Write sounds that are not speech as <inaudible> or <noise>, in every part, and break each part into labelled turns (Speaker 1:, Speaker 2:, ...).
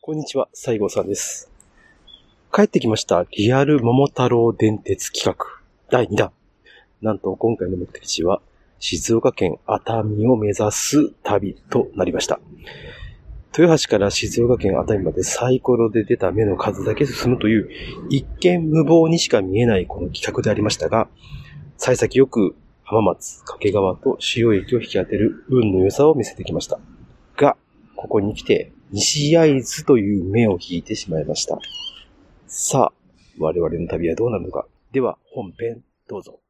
Speaker 1: こんにちは、西郷さんです。帰ってきました、リアル桃太郎電鉄企画、第2弾。なんと、今回の目的地は、静岡県熱海を目指す旅となりました。豊橋から静岡県熱海までサイコロで出た目の数だけ進むという、一見無謀にしか見えないこの企画でありましたが、幸先よく浜松、掛川と主要駅を引き当てる運の良さを見せてきました。が、ここに来て、西会津という目を引いてしまいました。さあ、我々の旅はどうなるのか。では、本編、どうぞ。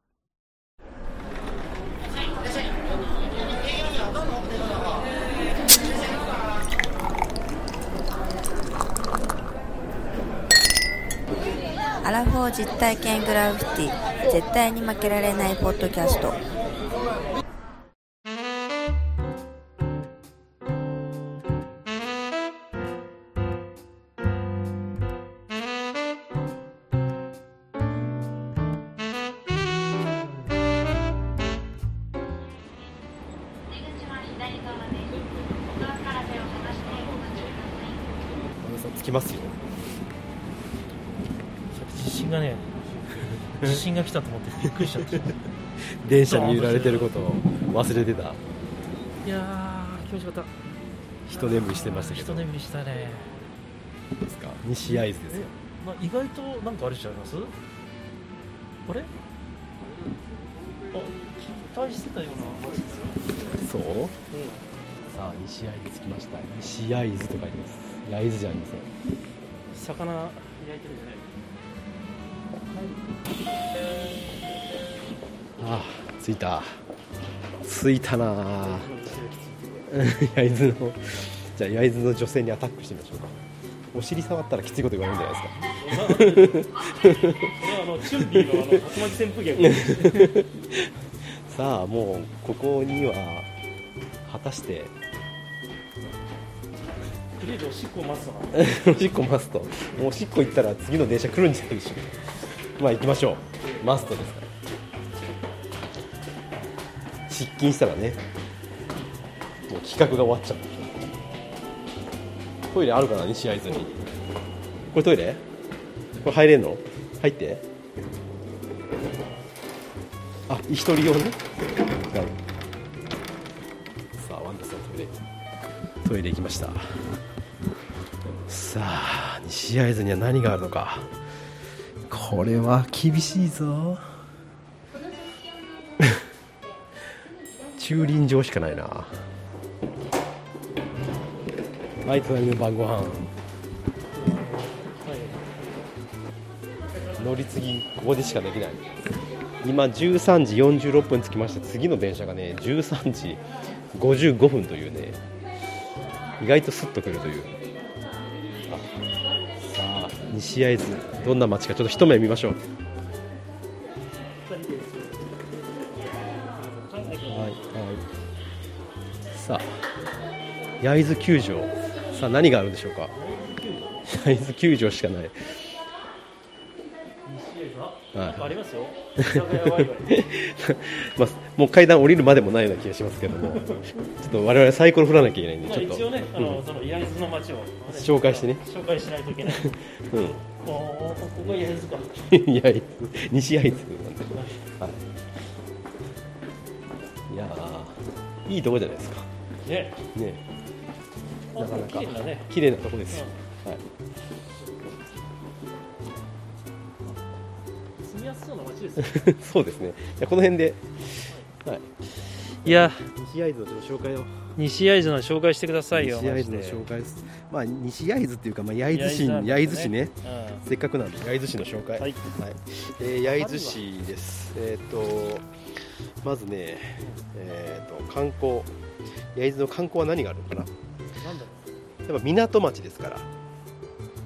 Speaker 2: アラフォー実体験グラフィティ絶対に負けられないポッドキャスト
Speaker 1: つきますよ。
Speaker 3: 地震がね地震が来たと思ってびっくりしちゃったい
Speaker 1: 電
Speaker 3: 車に揺られてること
Speaker 1: を忘れてた。
Speaker 3: やー気持ちよかっ
Speaker 1: 一眠りしてました
Speaker 3: 一眠りしたね
Speaker 1: ですか。西会津で
Speaker 3: え、まあ、意外となんかあれじゃいますあれあ期待してたような街です
Speaker 1: そ
Speaker 3: よ
Speaker 1: うさあ、西会津着きました。西会津と書いてます。会津じゃありません。
Speaker 3: 魚焼いてるじゃない
Speaker 1: ああ、着いた。着いたなあ。 <laughs> 焼津のじゃあ焼津の女性にアタックしてみましょうかお尻触ったらきついこと言われるんじゃないですか
Speaker 3: これはあのチュンリーのあの竜巻扇風機が
Speaker 1: さあもうここには果たして
Speaker 3: とりあえずおしっこを待つのかな
Speaker 1: <laughs> おしっこマストもうおしっこ行ったら次の電車来るんじゃないでしょうかまあ行きましょうマストですから失禁したらねもう企画が終わっちゃうトイレあるかな西会津にこれトイレこれ入れんの入ってあ一人用ねはいさあワンダスのトイレトイレ行きましたさあ西会津には何があるのかこれは厳しいぞ <laughs> 駐輪場しかないなはい隣の晩ご飯乗り継ぎここでしかできない今13時46分着きました次の電車がね13時55分というね意外とスッとくるというさあ西会津どんな街かちょっと一目見ましょうはいはいさあ焼津球場さあ何があるんでしょうか焼津球場しかない
Speaker 3: なんかありますよ居酒屋ワイワイ
Speaker 1: <laughs> まあ、もう階段降りるまでもないような気がしますけどもちょっと我々サイコロ振らなきゃいけないんで
Speaker 3: ま
Speaker 1: ち
Speaker 3: あ
Speaker 1: ょっと、
Speaker 3: 一応ね、あの、その焼津の街を、
Speaker 1: 紹介してね
Speaker 3: 紹介しないといけない。
Speaker 1: うん、
Speaker 3: おお、ここが焼津か。
Speaker 1: うん、 <laughs> いや西会津なんで、はい、いやーいいとこじゃないですか
Speaker 3: ね、
Speaker 1: ね
Speaker 3: あ
Speaker 1: なかなか
Speaker 3: 綺麗だね。
Speaker 1: 綺麗なとこですよ、はい、 <laughs>
Speaker 3: 住みやすそうな街ですよ。
Speaker 1: そうですねじゃあこの辺で、はい、
Speaker 3: <laughs> いや、
Speaker 1: 西会津の紹介を
Speaker 3: 西会津の紹介してくださいよ。
Speaker 1: 西会津の
Speaker 3: マジで
Speaker 1: 紹介ですまあ西会津っていうか、まあ、焼津市
Speaker 3: 焼津なんだね
Speaker 1: 焼津市ねせっかくなんで焼津市の紹介
Speaker 3: はい
Speaker 1: えー焼津市ですえーっ、とまずねえーっ、と観光焼津の観光は何があるのかな
Speaker 3: うん。なんだろ
Speaker 1: やっぱ港町ですから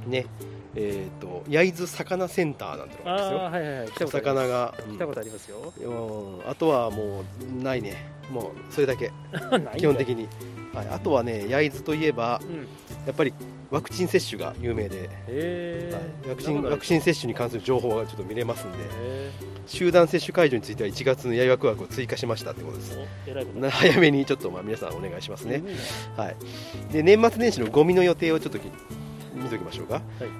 Speaker 1: ねえーっ、と焼津魚センターなんての
Speaker 3: う。
Speaker 1: があるんです
Speaker 3: あ
Speaker 1: よ
Speaker 3: あ、はいはいはい。来た
Speaker 1: お
Speaker 3: ことありま
Speaker 1: 魚が、
Speaker 3: す。来たことありますよ。
Speaker 1: うんうんあとはもうないねもうそれだけ
Speaker 3: ないんだよ
Speaker 1: 基本的。に、はい、あとはね焼津といえば
Speaker 3: うん。
Speaker 1: やっぱりワクチン接種が有名で、
Speaker 3: え
Speaker 1: はい
Speaker 3: え。
Speaker 1: ワクチン
Speaker 3: なん
Speaker 1: ワ
Speaker 3: だ
Speaker 1: クチン接種に関する情報がちょっと見れますんで
Speaker 3: え
Speaker 1: 集団接種会場については1月の予約枠を追加しましたってことです
Speaker 3: え。お、えらいこと
Speaker 1: な <laughs> 早めにちょっとまあ皆さんお願いします
Speaker 3: だ。
Speaker 1: ね、
Speaker 3: ね。
Speaker 1: はい、で年末年始のゴミの予定をちょっとき見ときましょうか、
Speaker 3: はい
Speaker 1: うん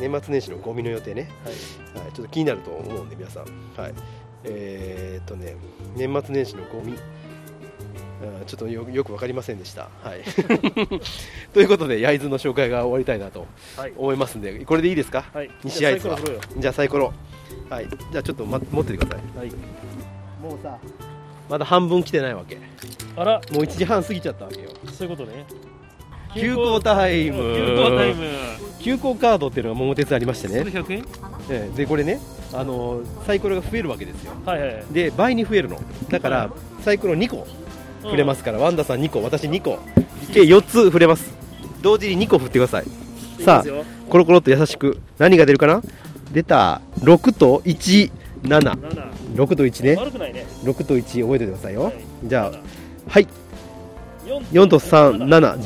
Speaker 1: 年末年始のゴミの予定ね、
Speaker 3: はい
Speaker 1: はい、ちょっと気になると思うんで皆さん、はい、えーっとね年末年始のゴミあーちょっとよよく分かりませんでした。はい <laughs> ということで焼津の紹介が終わりたいなと
Speaker 3: はい
Speaker 1: 思いますんでこれでいいですか
Speaker 3: はい
Speaker 1: 西会津
Speaker 3: は
Speaker 1: はじゃあサイコロはいじゃあちょっと、ま、持っててください
Speaker 3: はい
Speaker 1: もうさまだ半分来てないわけも
Speaker 3: あら
Speaker 1: う1時半過ぎちゃったわけよ
Speaker 3: そういうことね
Speaker 1: 休校タイ
Speaker 3: 休
Speaker 1: ム
Speaker 3: 校タイム
Speaker 1: 休校カードっていうのが桃鉄ありまして
Speaker 3: それ
Speaker 1: ね、
Speaker 3: 100円
Speaker 1: ええでこれねあのサイコロが増えるわけですよ
Speaker 3: はいはい
Speaker 1: で倍に増えるのだからサイコロ2個振れますから、ワンダさん2個私2個計4つ振れます同時に2個振ってください
Speaker 3: うん
Speaker 1: さあ
Speaker 3: いいですよ
Speaker 1: コロコロっと優しく何が出るかな出た6と176
Speaker 3: 7
Speaker 1: と1ね
Speaker 3: 悪くないね
Speaker 1: 6と1覚えておいてくださいよ、
Speaker 3: はい
Speaker 1: じゃ
Speaker 3: 7
Speaker 1: あはい
Speaker 3: 4
Speaker 1: 4と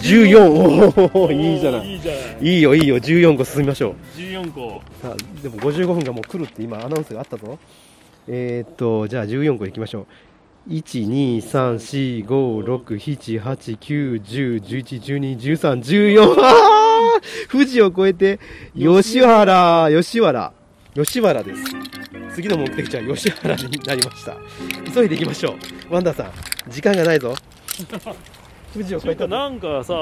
Speaker 1: 3714おおいいじゃない
Speaker 3: いいじゃない
Speaker 1: いいよいいよ14個進みましょ
Speaker 3: 14個
Speaker 1: うさあでも55分がもう来るって今アナウンスがあったぞえー、っとじゃあ14個いきましょう1234567891011121314あ <laughs> ー富士を越えて吉原吉原吉原です次の目的地は吉原になりました急いでいきましょうワンダさん時間がないぞ富士を越
Speaker 3: ちょ
Speaker 1: え
Speaker 3: っ
Speaker 1: た
Speaker 3: となんかさ、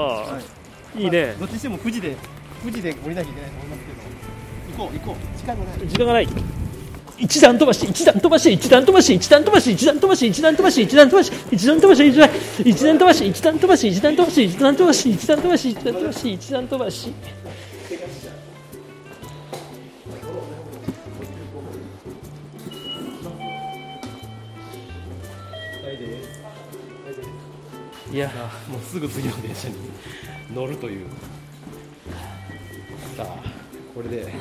Speaker 3: い、いね
Speaker 1: どっちにしても富士で富士で降りなきゃいけないと思いますけど行こう行こう時間がない
Speaker 3: 時間がない一段飛ばし一段飛ばし一段飛ばし一段飛ばし一段飛ばし一段飛ばし一段飛ばし一段飛ばし一段飛ばし一段飛ばし一段飛ばし一段飛ばし一段飛ばし一段飛ばし一段飛ばし一段飛ばしいや
Speaker 1: もうすぐ次の電車に乗るというさあこれで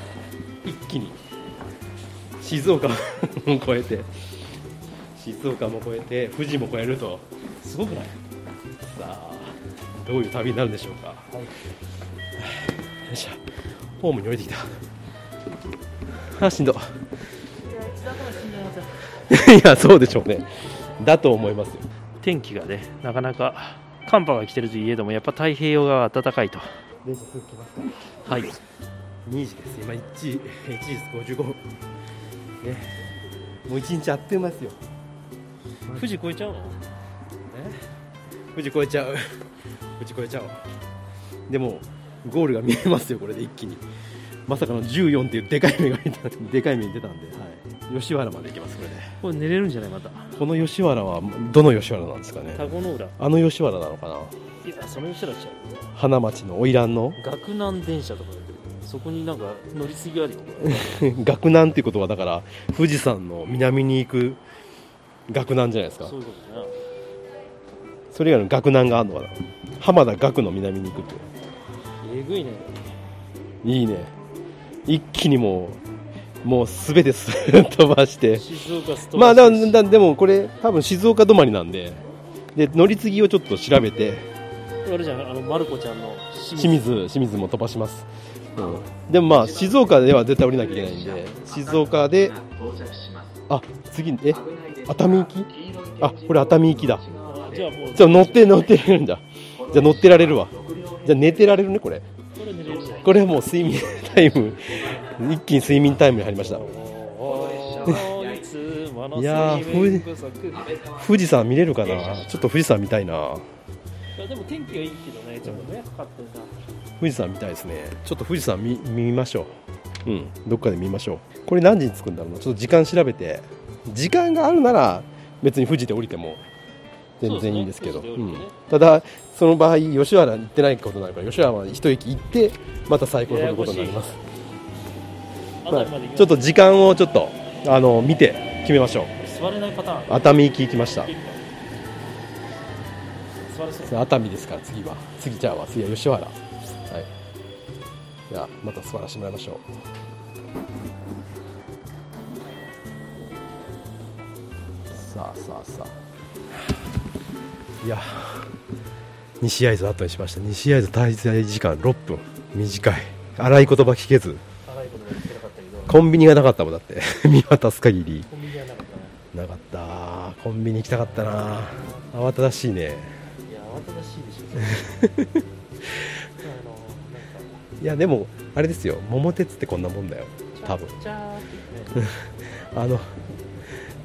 Speaker 1: 一気に静岡も越えて静岡も越えて富士も越えると
Speaker 3: すごくない
Speaker 1: さあどういう旅になるんでしょうか、よいしょホームに降りてきたあしんど <laughs> いやそうでしょうねだと思いますよ
Speaker 3: 天気がねなかなか寒波が来てるといえどもやっぱ太平洋側は暖かいと
Speaker 1: 電車すぐ来ますか
Speaker 3: はい
Speaker 1: 2時です今1時1時です55分ねもう一日あっという間ですよ
Speaker 3: 富士越えちゃうの
Speaker 1: 富士越えちゃう <laughs> 富士越えちゃうでもゴールが見えますよこれで一気にまさかの14っていうでかい目が見たでかい目に出たんで、はい、吉原まで行きますこれで
Speaker 3: これ寝れるんじゃないまた
Speaker 1: この吉原はどの吉原なんですかね
Speaker 3: 田子の浦
Speaker 1: あの吉原なのかない
Speaker 3: やその後ろちゃ
Speaker 1: 花町の花魁の
Speaker 3: う岳南電車とかそこになんか乗り継ぎあるよ
Speaker 1: 岳南っていうことはだから富士山の南に行く岳南じゃないですか
Speaker 3: そういうことじゃな
Speaker 1: それ以外の岳南があるのかな浜田岳の南に行くって
Speaker 3: えぐいね
Speaker 1: いいね一気にもうもう全てす飛ばして
Speaker 3: 静岡スト
Speaker 1: まあでもだでもこれ多分静岡止まりなんでで乗り継ぎをちょっと調べて
Speaker 3: あれじゃんあのマルコちゃんの清
Speaker 1: 清水清水も飛ばします、うん、でもまあ静岡では絶対降りなきゃいけないんで静岡であ次え熱海行きあこれ熱海行きだ
Speaker 3: じゃあもう
Speaker 1: じゃあ乗って乗ってられるんだじゃあ乗ってられるわじゃあ寝てられるねこれ
Speaker 3: これ寝れるじゃん
Speaker 1: これはもう睡眠タイム一気に睡眠タイムに入りました
Speaker 3: いつもの
Speaker 1: いやー
Speaker 3: 睡眠不足い
Speaker 1: 富士山見れるかなちょっと富士山見たいな
Speaker 3: やでも天気がいいけどねちょっとねかかってるな
Speaker 1: 富士山見たいですねちょっと富士山見見ましょううんどっかで見ましょうこれ何時に着くんだろうなちょっと時間調べて時間があるなら別に富士で降りても全然いいんですけど
Speaker 3: そうですね富士で降りてね
Speaker 1: うん、ただその場合吉原行ってないことになるから吉原まで一駅行ってまた最高のことになります
Speaker 3: あ
Speaker 1: ま
Speaker 3: た
Speaker 1: あ
Speaker 3: りまで行きます
Speaker 1: ちょっと時間をちょっとあの見て決めましょう
Speaker 3: 座れないパターンある
Speaker 1: 熱海行き行きました
Speaker 3: 座れそう
Speaker 1: 熱海ですから次は次ちゃうわ次は吉原はいじゃあまた座らせてもらいましょうさあさあさあいや西会津後にしました西会津滞在時間6分短い荒い言葉聞けず
Speaker 3: 長いことが聞けなかったけど
Speaker 1: コンビニがなかったもんだって <laughs> 見渡す限り
Speaker 3: コンビニはなかったね
Speaker 1: なかったコンビニ行きたかったな慌ただしいね
Speaker 3: いや慌ただしいでしょあのなんか
Speaker 1: いやでもあれですよ桃鉄ってこんなもんだよ多分
Speaker 3: チャーって言ってね
Speaker 1: あの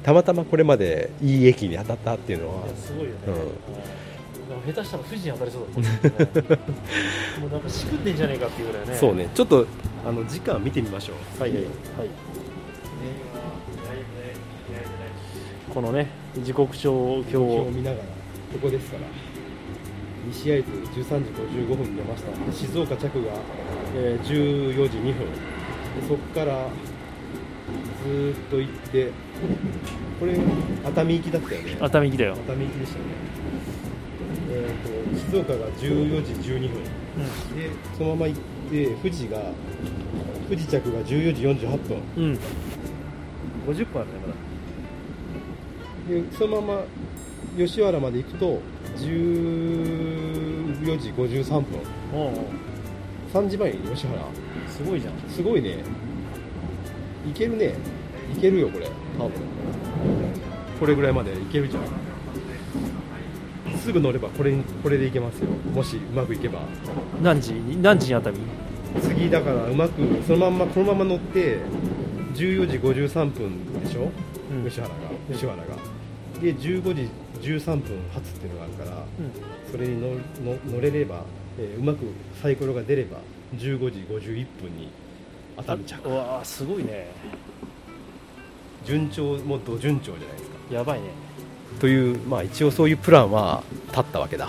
Speaker 1: たまたまこれまでいい駅に当たったっていうのはい
Speaker 3: やすごいよね、
Speaker 1: うん
Speaker 3: うん下手したら富士に当たりそうだもん、ね、もうなんか仕組んでんじゃねえかっていうぐらいね
Speaker 1: そうねちょっとあの時間見てみましょう
Speaker 3: はいはいはいこのね時刻表を今
Speaker 1: 表を
Speaker 3: 日
Speaker 1: 見ながらここですから西会津13時55分に出ました静岡着が、えー14時2分でそこからずーっと行ってこれ熱海行きだったよね
Speaker 3: 熱海行きだよ、
Speaker 1: 熱海行きでしたねえーと静岡が14時12分でそのまま行って富士が富士着が14時48分
Speaker 3: うん、うん、50分あるね
Speaker 1: で
Speaker 3: まだ
Speaker 1: そのまま吉原まで行くと14時53分
Speaker 3: おうおう
Speaker 1: 3時前に吉原
Speaker 3: すごいじゃん
Speaker 1: すごいね行けるね行けるよこれ多分これぐらいまで行けるじゃんすぐ乗ればこれにこれで行けますよもしうまくいけば
Speaker 3: 何時に何時に熱海
Speaker 1: 次だからうまくそのまんまこのまま乗って14時53分でしょ、
Speaker 3: うん
Speaker 1: 吉原が吉原がで15時13分発っていうのがあるから
Speaker 3: う
Speaker 1: それに乗乗乗れれば、えーうまくサイコロが出れば15時51分に熱海着
Speaker 3: んうわあすごいね
Speaker 1: 順調もっと順調じゃないですか
Speaker 3: やばいね
Speaker 1: というまあ一応そういうプランは立ったわけだ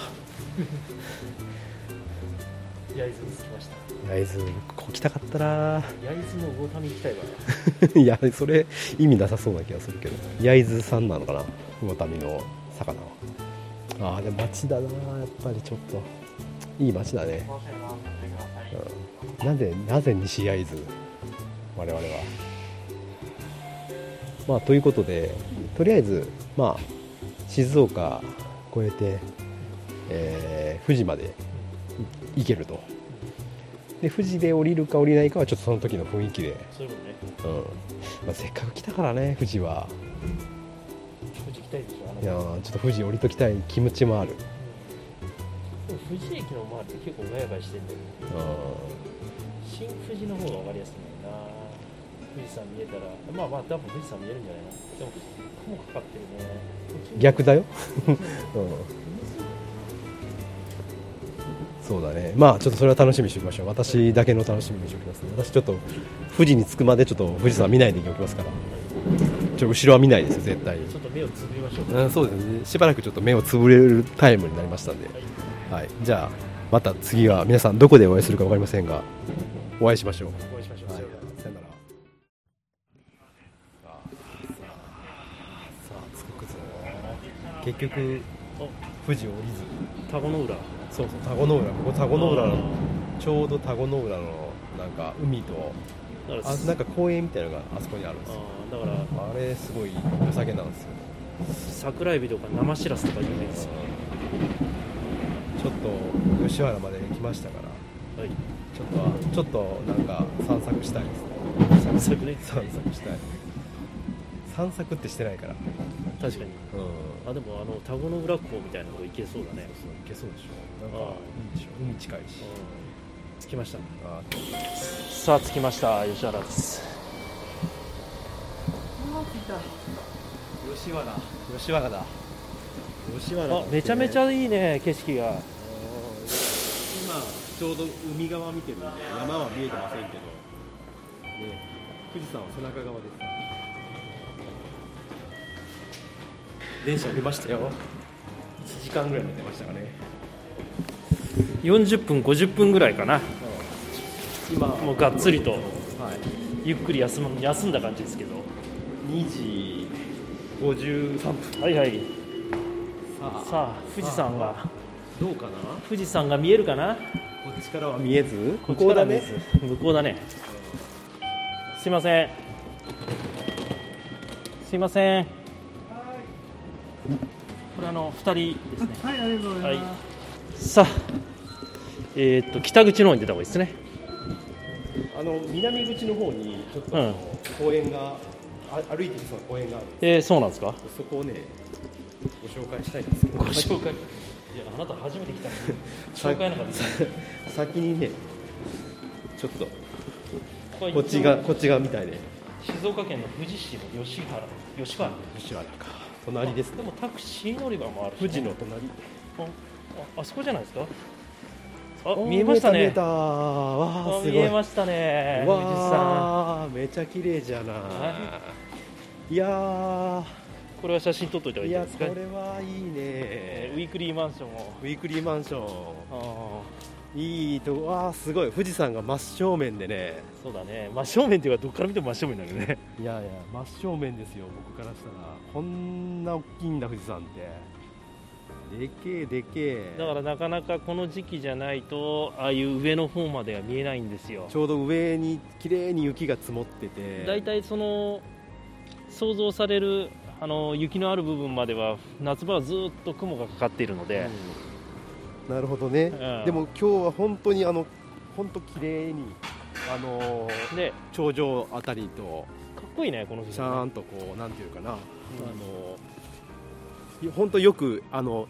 Speaker 3: 焼津に着きました
Speaker 1: 焼津ここ来たかったな
Speaker 3: 焼津の魚民行きたいわ
Speaker 1: <laughs> いやそれ意味なさそうな気がするけど焼津さんなのかな魚民の魚はああでも町だなやっぱりちょっといい町だね、うん、なぜなぜ西焼津我々はまあということでとりあえずまあ静岡越えて、えー富士までい行けるとで富士で降りるか降りないかはちょっとその時の雰囲気で、
Speaker 3: そういうことね
Speaker 1: うんまあ、せっかく来たからね富士は
Speaker 3: 富士行きたいでしょあの
Speaker 1: いやーちょっと富士降りときたい気持ちもある、
Speaker 3: でも富士駅の周りって結構ガヤガヤしてんだけど
Speaker 1: う
Speaker 3: 新富士の方が分かりやすいもんな富士山見えたらまあまあ多分富士山見えるんじゃないのでも雲かかってる
Speaker 1: ん、
Speaker 3: ね
Speaker 1: 逆だよ、うん、そうだねまあちょっとそれは楽しみにしておきましょう私だけの楽しみにしておきますね私ちょっと富士に着くまでちょっと富士山は見ないでおきますからちょ後ろは見ないですよ絶対に
Speaker 3: ちょっと目をつぶりましょうか
Speaker 1: うん、そうですねしばらくちょっと目をつぶれるタイムになりましたんで、はい、じゃあまた次は皆さんどこでお会いするか分かりませんがお会いしましょう、
Speaker 3: お会いしましょう、
Speaker 1: はい
Speaker 3: さよなら、
Speaker 1: さよならさあさあさあつくくぞ結局富士を降りず
Speaker 3: タゴの裏
Speaker 1: そうそう田子の浦ここ田子の浦
Speaker 3: あ
Speaker 1: のちょうど田子の浦のなんか海と
Speaker 3: ーだか
Speaker 1: あ
Speaker 3: ら
Speaker 1: なんか公園みたいなのがあそこにあるんですよ
Speaker 3: あーだから
Speaker 1: あれすごい良さげなんですよ
Speaker 3: 桜エビとか生しらすとか有名ですよね
Speaker 1: ちょっと吉原まで来ましたから
Speaker 3: はい
Speaker 1: ちょっとちょっとなんか散策したいですね
Speaker 3: 散策ね
Speaker 1: 散策したい散策ってしてないからうん
Speaker 3: 確かにあでもあのタゴの裏港みたいなとこ行けそうだね
Speaker 1: そう行けそうでしょなん
Speaker 3: あ
Speaker 1: か
Speaker 3: あ
Speaker 1: いいでしょ海近いし
Speaker 3: うん着きました
Speaker 1: あ
Speaker 3: さあ着きました吉原です
Speaker 1: 吉原吉原だ吉原
Speaker 3: あめちゃめち
Speaker 1: ゃ
Speaker 3: ゃいいね景色が
Speaker 1: 今ちょうど海側見てるんで山は見えてませんけど、ね、富士山は背中側です電車出ましたよ1時間ぐらいで出ましたかね
Speaker 3: 40分50分ぐらいかな
Speaker 1: 今
Speaker 3: もうがっつりと
Speaker 1: はい、
Speaker 3: ゆっくり休む休んだ感じですけど
Speaker 1: 2時53分
Speaker 3: はいはい
Speaker 1: さあ
Speaker 3: さあ富士山が
Speaker 1: どうかな
Speaker 3: 富士山が見えるかな
Speaker 1: こっちからは見えず
Speaker 3: こっちからです向こうだねすいませんすいませんこれあの2人ですね
Speaker 4: はい、ありがとうございます。
Speaker 3: さあえーっと北口の方に出た方がいいですね
Speaker 1: あの南口の方にちょっと
Speaker 3: うん
Speaker 1: 公園が、あ歩いてきそうな公園があるんで
Speaker 3: えー、そうなんですか
Speaker 1: そこをねご紹介したいんですけど
Speaker 3: ご紹介いやあなた初めて来たのに紹介なんかできない
Speaker 1: 先にねちょっと、
Speaker 3: こ
Speaker 1: こっちが、こっちがみたいで。
Speaker 3: 静岡県の富士市の吉原吉原
Speaker 1: 吉原か。隣です
Speaker 3: で
Speaker 1: ね。
Speaker 3: もタクシー乗り場もあるし
Speaker 1: 富士の隣。
Speaker 3: あああそこじゃないですかあ見えました
Speaker 1: 見え
Speaker 3: ね
Speaker 1: た。わ
Speaker 3: あ
Speaker 1: あ、す
Speaker 3: 見
Speaker 1: ご
Speaker 3: え
Speaker 1: い。
Speaker 3: ましたね富士山
Speaker 1: わあ、めちゃ綺麗じゃな。
Speaker 3: はい
Speaker 1: いやー、
Speaker 3: これは写真撮っといた方が
Speaker 1: い
Speaker 3: いい
Speaker 1: や、
Speaker 3: です
Speaker 1: こ
Speaker 3: か
Speaker 1: れはいい
Speaker 3: えー
Speaker 1: ね。
Speaker 3: ウィークリーマンションを
Speaker 1: ウィークリーマンション。
Speaker 3: あ
Speaker 1: いいとこ、わあ、すごい。富士山が真正面でね。
Speaker 3: ーそうだね真正面っていうかどっから見ても真正面だけど
Speaker 1: <laughs>
Speaker 3: ね
Speaker 1: いやいや、真正面ですよ、僕からしたら。こんな大きいんだ、富士山って。でけえ、でけえ。
Speaker 3: だからなかなかこの時期じゃないとああいう上の方までは見えないんですよ
Speaker 1: ちょうど上に綺麗に雪が積もってて。
Speaker 3: 大体その想像されるあの雪のある部分までは夏場はずっと雲がかかっているので、
Speaker 1: うんなるほどね、
Speaker 3: うん
Speaker 1: でも今日は本当にあの本当綺麗にあのー
Speaker 3: で
Speaker 1: 頂上あたりと
Speaker 3: かっこいいねこの富士
Speaker 1: ちゃ
Speaker 3: 山
Speaker 1: んとこうなんていうかな、
Speaker 3: うん
Speaker 1: あのー本当よくあの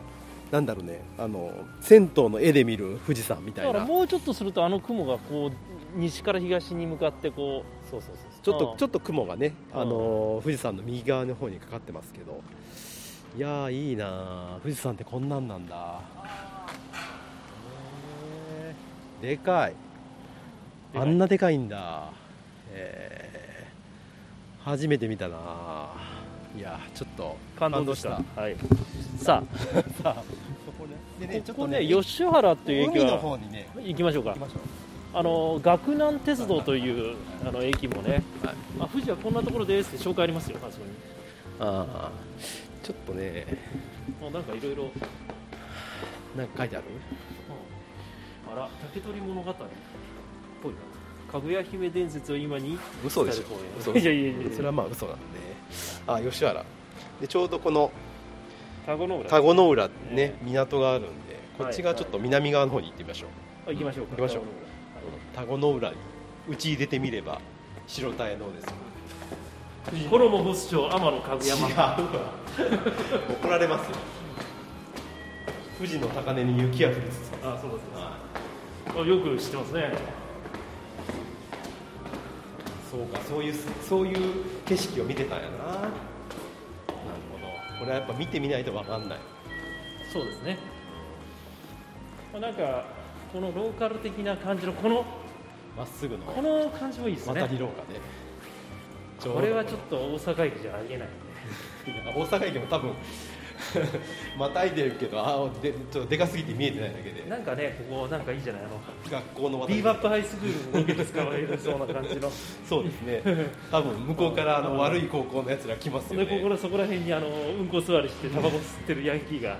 Speaker 1: なんだろうねあの銭湯の絵で見る富士山みた
Speaker 3: だ
Speaker 1: い
Speaker 3: から
Speaker 1: な
Speaker 3: もうちょっとするとあの雲がこう西から東に向かってこうそうそうそう
Speaker 1: ちょっとち
Speaker 3: ょ
Speaker 1: ょっと雲がね、
Speaker 3: うん
Speaker 1: あのー富士山の右側の方にかかってますけどいやーいいなー富士山ってこんなんなんだへーでかい
Speaker 3: でかい
Speaker 1: あんなでかいんだえー初めて見たなーいやーちょっと
Speaker 3: 感動でしたはいさあ
Speaker 1: そこね
Speaker 3: ここね吉原っていう駅
Speaker 1: 海の
Speaker 3: は
Speaker 1: 方にね
Speaker 3: 行きましょう
Speaker 1: 行
Speaker 3: か
Speaker 1: きましょう
Speaker 3: あの岳南鉄道というあの駅もね、
Speaker 1: はい
Speaker 3: あ富士はこんなところですって紹介ありますよ、あそこに
Speaker 1: ああちょっとね
Speaker 3: もうなんかいろいろ、うん
Speaker 1: なんか書いてある
Speaker 3: あら、竹取物語っぽいな、かぐや姫伝説を今に
Speaker 1: 嘘でしょ
Speaker 3: 伝える公演
Speaker 1: 嘘で
Speaker 3: い
Speaker 1: しょ
Speaker 3: やいやいやい
Speaker 1: それ
Speaker 3: や、
Speaker 1: はまあ嘘なんで、あ吉原でちょうどこの
Speaker 3: 田子の浦
Speaker 1: 田
Speaker 3: あ
Speaker 1: 子の浦ね
Speaker 3: ね
Speaker 1: 港があるんでこっち側ちょっと南側の方に行ってみましょう、
Speaker 3: 行きましょうか、
Speaker 1: 行きましょう
Speaker 3: 田
Speaker 1: 田子
Speaker 3: 子の
Speaker 1: の浦にうち出てみれば白田へのです
Speaker 3: 浦衣保守長、天野かぐや
Speaker 1: 違う
Speaker 3: ま、
Speaker 1: わ <laughs> 怒られますよ富士の高根に雪が降りつつ
Speaker 3: あそうですそうですあ、よく知ってますね、
Speaker 1: そうかそういうそういう景色を見てたんやななるほどこれはやっぱ見てみないと分かんない
Speaker 3: そうですね、まあ、なんか、このローカル的な感じの、この、
Speaker 1: まっすぐの
Speaker 3: この感じもいいですね
Speaker 1: 渡。り廊下ねちょうど
Speaker 3: これはちょっと大阪駅じゃありえないね
Speaker 1: 大阪駅も多分 <laughs> またいでるけどあーでちょっとでかすぎて見えてないだけで
Speaker 3: なんかねここなんかいいじゃないあの
Speaker 1: 学校の渡
Speaker 3: ビ
Speaker 1: り
Speaker 3: ーバップハイスクールのロケで使われるそうな感じの
Speaker 1: そうですね多分向こうからあの悪い高校のやつら来ますよ
Speaker 3: で
Speaker 1: ね
Speaker 3: ここらそこら辺にあのうんこ座りしてタバコ吸ってるヤンキーが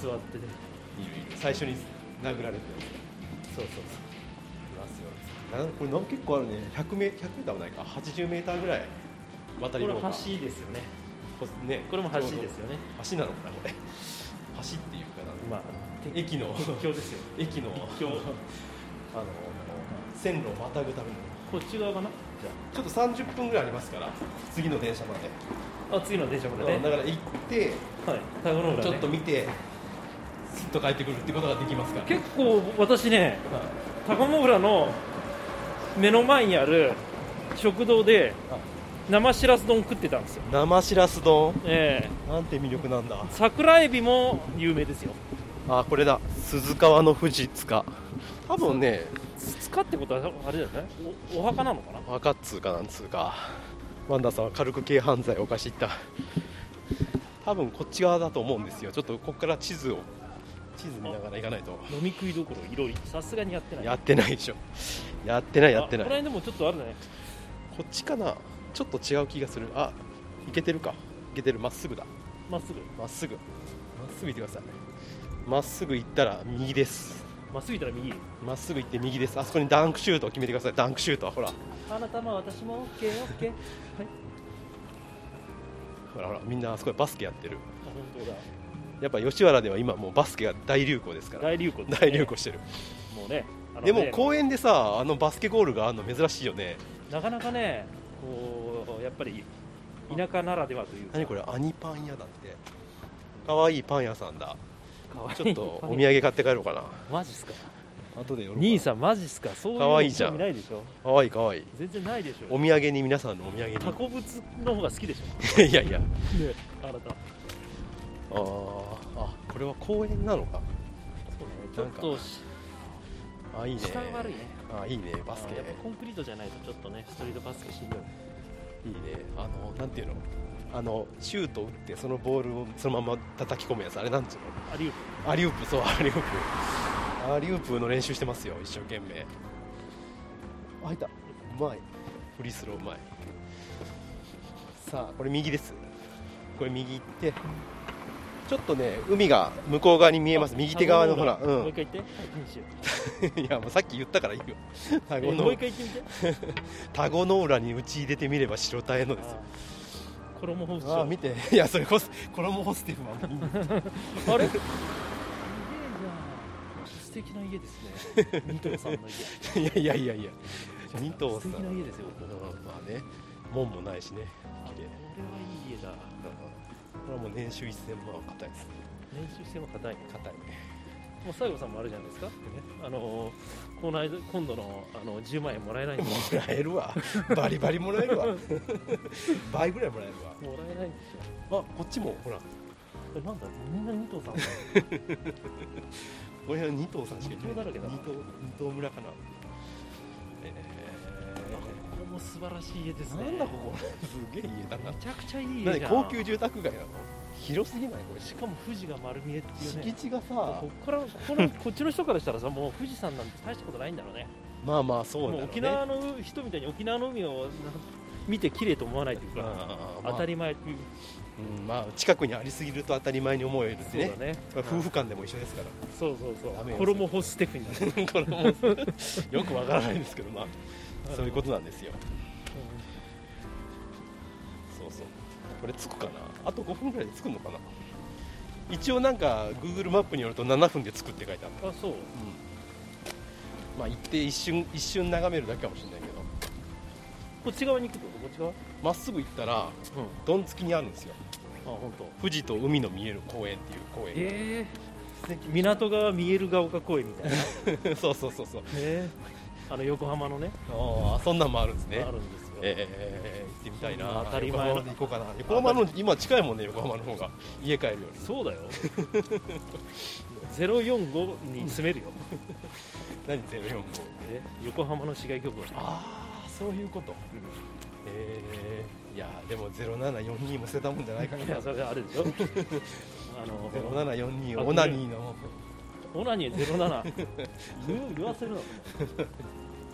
Speaker 1: そうね
Speaker 3: 座ってて
Speaker 1: いるいる最初に殴られてる
Speaker 3: そ
Speaker 1: い
Speaker 3: うそう
Speaker 1: ますよなんこれなん結構あるね100メ ,100 メーターもないか80メーターぐらい渡
Speaker 3: そう
Speaker 1: り
Speaker 3: これ
Speaker 1: 廊
Speaker 3: 橋
Speaker 1: 下
Speaker 3: ですよね
Speaker 1: こね
Speaker 3: これも橋です
Speaker 1: ちょう
Speaker 3: よね
Speaker 1: ど橋なのかなこれ橋っていうかな
Speaker 3: まあ
Speaker 1: 駅の
Speaker 3: 鉄橋ですよ
Speaker 1: 駅の
Speaker 3: 鉄橋
Speaker 1: あの線路をまたぐための
Speaker 3: こっち側かなじ
Speaker 1: ちょっと30分ぐらいありますから次の電車まで、
Speaker 3: ゃああ次の電車まで
Speaker 1: だ
Speaker 3: ね
Speaker 1: から行って
Speaker 3: はい田子の
Speaker 1: ち
Speaker 3: 浦
Speaker 1: ょっ
Speaker 3: ね
Speaker 1: と見てすっと帰ってくるってことができますから
Speaker 3: 結構私ね
Speaker 1: はい
Speaker 3: 田子の浦の目の前にある食堂で生しらす丼食ってたんですよ
Speaker 1: 生しらす丼
Speaker 3: ええ
Speaker 1: なんて魅力なんだ
Speaker 3: 桜エビも有名ですよ
Speaker 1: あこれだ鈴川の富士塚多分ね
Speaker 3: 塚ってことはあれだよねおお墓なのかな
Speaker 1: 若っつうかなんつうかワンダーさんは軽く軽犯罪を犯していた多分こっち側だと思うんですよちょっとここから地図を地図見ながら行かないと
Speaker 3: 飲み食いどころいろいろさすがにやってない
Speaker 1: やってないでしょやってないやってな
Speaker 3: あ
Speaker 1: い
Speaker 3: この辺でもちょっとあるね
Speaker 1: こっちかなちょっと違う気がするあいけてるかいけてるまっすぐだ
Speaker 3: まっすぐ
Speaker 1: まっすぐまっすぐ行ってくださいまっすぐ行ったら右です
Speaker 3: まっすぐ行ったら右
Speaker 1: まっすぐ行って右ですあそこにダンクシュートを決めてくださいダンクシュートほら
Speaker 3: あなたも私も OKOK はい
Speaker 1: ほらほらみんなあそこでバスケやってる
Speaker 3: あ本当
Speaker 1: やっぱ吉原では今もうバスケが大流行ですか <laughs>
Speaker 3: だ
Speaker 1: ら
Speaker 3: 大流行ですね
Speaker 1: 大流行してる、
Speaker 3: もうねあの
Speaker 1: でも
Speaker 3: ね
Speaker 1: 公園でさあのバスケゴールがあるの珍しいよね
Speaker 3: なかなかねこうやっぱり田舎ならではというか
Speaker 1: 何これアニパン屋だって可愛いパン屋さんだ
Speaker 3: かわいい <laughs>
Speaker 1: ちょっとお土産買って帰ろうかな
Speaker 3: マジっすか
Speaker 4: 後で寄ろうかな
Speaker 3: 兄さんマジっすかそういう
Speaker 1: かわいいじゃん
Speaker 3: 興味ないでしょ
Speaker 1: かわいいかわいい。
Speaker 3: 全然ないでし
Speaker 1: お
Speaker 3: ょ
Speaker 1: 土産に、皆さんのお土産
Speaker 3: タコブツの方が好きでしょ
Speaker 1: に。いやいや。
Speaker 3: ねあなた
Speaker 1: あーあ、これは公園なのか。
Speaker 3: そうねち
Speaker 1: な
Speaker 3: ょ
Speaker 1: ん
Speaker 3: っ
Speaker 1: か
Speaker 3: とし
Speaker 1: あ、いいね。
Speaker 3: 下が悪いね
Speaker 1: あ、いいね。バスケ
Speaker 3: あ。やっぱコンクリートじゃないとちょっとねストリートバスケしんどい
Speaker 1: いいね。あの、なんていうのあの、シュート打って、そのボールをそのまま叩き込むやつ。あれなんていうの
Speaker 3: ありう
Speaker 1: アリウープそうアリウープアリウープの練習してますよ一生懸命あ入ったうまいフリースローうまいさあこれ右ですこれ右行ってちょっとね海が向こう側に見えます右手側のほらう
Speaker 3: もうん一回言ってはい西
Speaker 1: いやもうさっき言ったから言うよ田子
Speaker 3: えもう
Speaker 1: の
Speaker 3: 一回言ってみて
Speaker 1: 田子の裏に打ち入れてみれば白タエのですよ
Speaker 3: 衣放
Speaker 1: ああ
Speaker 3: 送
Speaker 1: 見ていやそれこそ衣ホステルはもう
Speaker 3: あれすげえじゃん素敵な家ですねニトロさんの家
Speaker 1: いやいやいやいや二頭さ
Speaker 3: 素
Speaker 1: ん
Speaker 3: 敵な家ですよここ
Speaker 1: うんまあね門もないしね
Speaker 3: あ
Speaker 1: 綺
Speaker 3: これ
Speaker 1: 麗
Speaker 3: はいい家だ
Speaker 1: これはもう年収1000万は硬いです
Speaker 3: 練習しても硬いね
Speaker 1: 硬いね
Speaker 3: もう西郷さんもあるじゃないですか、あのーこの間今度のあの10万円もらえないんです
Speaker 1: もらえるわ <laughs> バリバリもらえるわ <laughs> 倍ぐらいもらえるわ
Speaker 3: よもらえないんですよ
Speaker 1: あこっちもほら
Speaker 3: えなんだみんな二頭さんだ
Speaker 1: これは2頭さんしかいない
Speaker 3: 二頭だらけだ
Speaker 1: 2頭二頭村かなえ
Speaker 3: ここも素晴らしい家です
Speaker 1: ー、
Speaker 3: ね
Speaker 1: なんだここすげえ家だな
Speaker 3: めちゃくちゃいい
Speaker 1: な
Speaker 3: 家
Speaker 1: ん
Speaker 3: じ
Speaker 1: で
Speaker 3: ゃ
Speaker 1: 高
Speaker 3: ん
Speaker 1: 級住宅街なの広すぎないこれ
Speaker 3: しかも富士が丸見えっていう
Speaker 1: 敷
Speaker 3: ね
Speaker 1: 地がさ
Speaker 3: こっからここの <laughs> こっちの人からしたらさもう富士山なんて大したことないんだろうね
Speaker 1: まあまあそうだ
Speaker 3: も
Speaker 1: ろう
Speaker 3: う
Speaker 1: ね
Speaker 3: 沖縄の人みたいに沖縄の海をな見て綺麗と思わないという
Speaker 1: まあ
Speaker 3: か、
Speaker 1: まあ
Speaker 3: 当たり前
Speaker 1: うんまあ近くにありすぎると当たり前に思えるって
Speaker 3: そうだ
Speaker 1: ね
Speaker 3: ね
Speaker 1: まあ夫婦間でも一緒ですから
Speaker 3: そうそうそ
Speaker 1: ダメ
Speaker 3: う
Speaker 1: よ
Speaker 3: 衣干すテクニッ
Speaker 1: <laughs>
Speaker 3: ク
Speaker 1: これもよくわからないんですけど、まあ、そういうことなんですよ。そうそう。これ着くかなあと5分ぐらいで着くのかな一応なんか、Google マップによると7分で着くって書いてある。
Speaker 3: あそう
Speaker 1: うん。まあ、行って一瞬、一瞬眺めるだけかもしれないけど、
Speaker 3: こっち側に行くってことこっ
Speaker 1: まっすぐ行ったら、
Speaker 3: ち側うん
Speaker 1: どんつきにあるんですよ。
Speaker 3: あ本当。
Speaker 1: 富士と海の見える公園っていう公園が。
Speaker 3: ええ港が見えるが丘公園みたいな
Speaker 1: <laughs>
Speaker 3: ね
Speaker 1: そうそうそうそう。
Speaker 3: えあの横浜のね
Speaker 1: ああ、そんなんもあるんですね
Speaker 3: あ。るんですよ、
Speaker 1: えー、行ってみたいな
Speaker 3: 当たり前
Speaker 1: 横浜ま
Speaker 3: の
Speaker 1: で行こうかな横浜の今近いもんね横浜の方が家帰るより
Speaker 3: そ
Speaker 1: <laughs>
Speaker 3: うだよ045に住めるよ、
Speaker 1: 何ゼロ四五
Speaker 3: ね横浜の市街局は
Speaker 1: ああそういうこと、えー、いやーでも0742も捨てたもんじゃないか
Speaker 3: いや
Speaker 1: ら
Speaker 3: それがあるでしょあの
Speaker 1: 0742オナニーの
Speaker 3: オナニー07言う言わせるなと
Speaker 1: い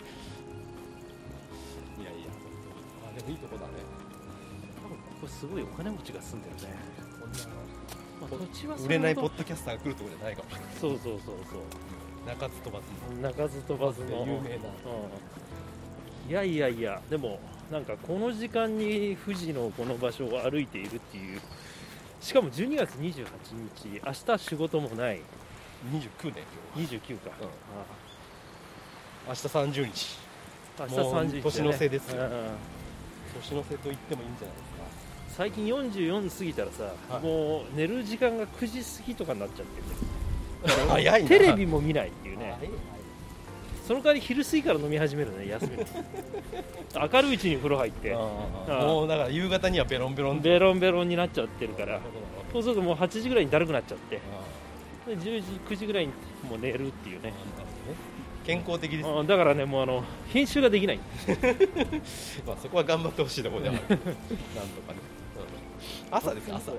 Speaker 1: やいやあでもいいとこだね
Speaker 3: 思うここすごいお金持ちが住んでるね、
Speaker 1: こんな
Speaker 3: まあ、土地は
Speaker 1: <laughs>
Speaker 3: そ
Speaker 1: 売
Speaker 3: れ
Speaker 1: れ
Speaker 3: ほど
Speaker 1: ないポッドキャスターが来るとこじゃないかもしれない
Speaker 3: そうそうそうそう
Speaker 1: 中津飛ばず
Speaker 3: 鳴かず飛ばずの
Speaker 1: 有名な
Speaker 3: うんいやいやいやでもなんかこの時間に富士のこの場所を歩いているっていうしかも12月28日明日仕事もない
Speaker 1: 29年今日
Speaker 3: 29か、
Speaker 1: うん
Speaker 3: あ
Speaker 1: 明日30日
Speaker 3: あ明日
Speaker 1: もう
Speaker 3: 30日、ね、
Speaker 1: 年の瀬ですよ
Speaker 3: うんうん
Speaker 1: 年の瀬と言ってもいいんじゃないですか
Speaker 3: 最近44過ぎたらさ、
Speaker 1: はい
Speaker 3: もう寝る時間が9時過ぎとかになっちゃってる
Speaker 1: <laughs>
Speaker 3: ね
Speaker 1: 早いな
Speaker 3: テレビも見ないっていうね
Speaker 1: 早い
Speaker 3: その代わり昼過ぎから飲み始めるね休み <laughs> の明るいうちに風呂入って
Speaker 1: うんもうだから夕方にはベロンベロンで
Speaker 3: ベロンベロンになっちゃってるから
Speaker 1: なるほどなるほ
Speaker 3: そうするともう8時ぐらいにだるくなっちゃって
Speaker 1: ど
Speaker 3: で10時9時ぐらいにもう寝るっていうね
Speaker 1: 健康的です、
Speaker 3: あだからねもうあの編集ができない
Speaker 1: まあ、そこは頑張ってほしいと
Speaker 3: <laughs>
Speaker 1: ころではあるなんとかね、うん朝です朝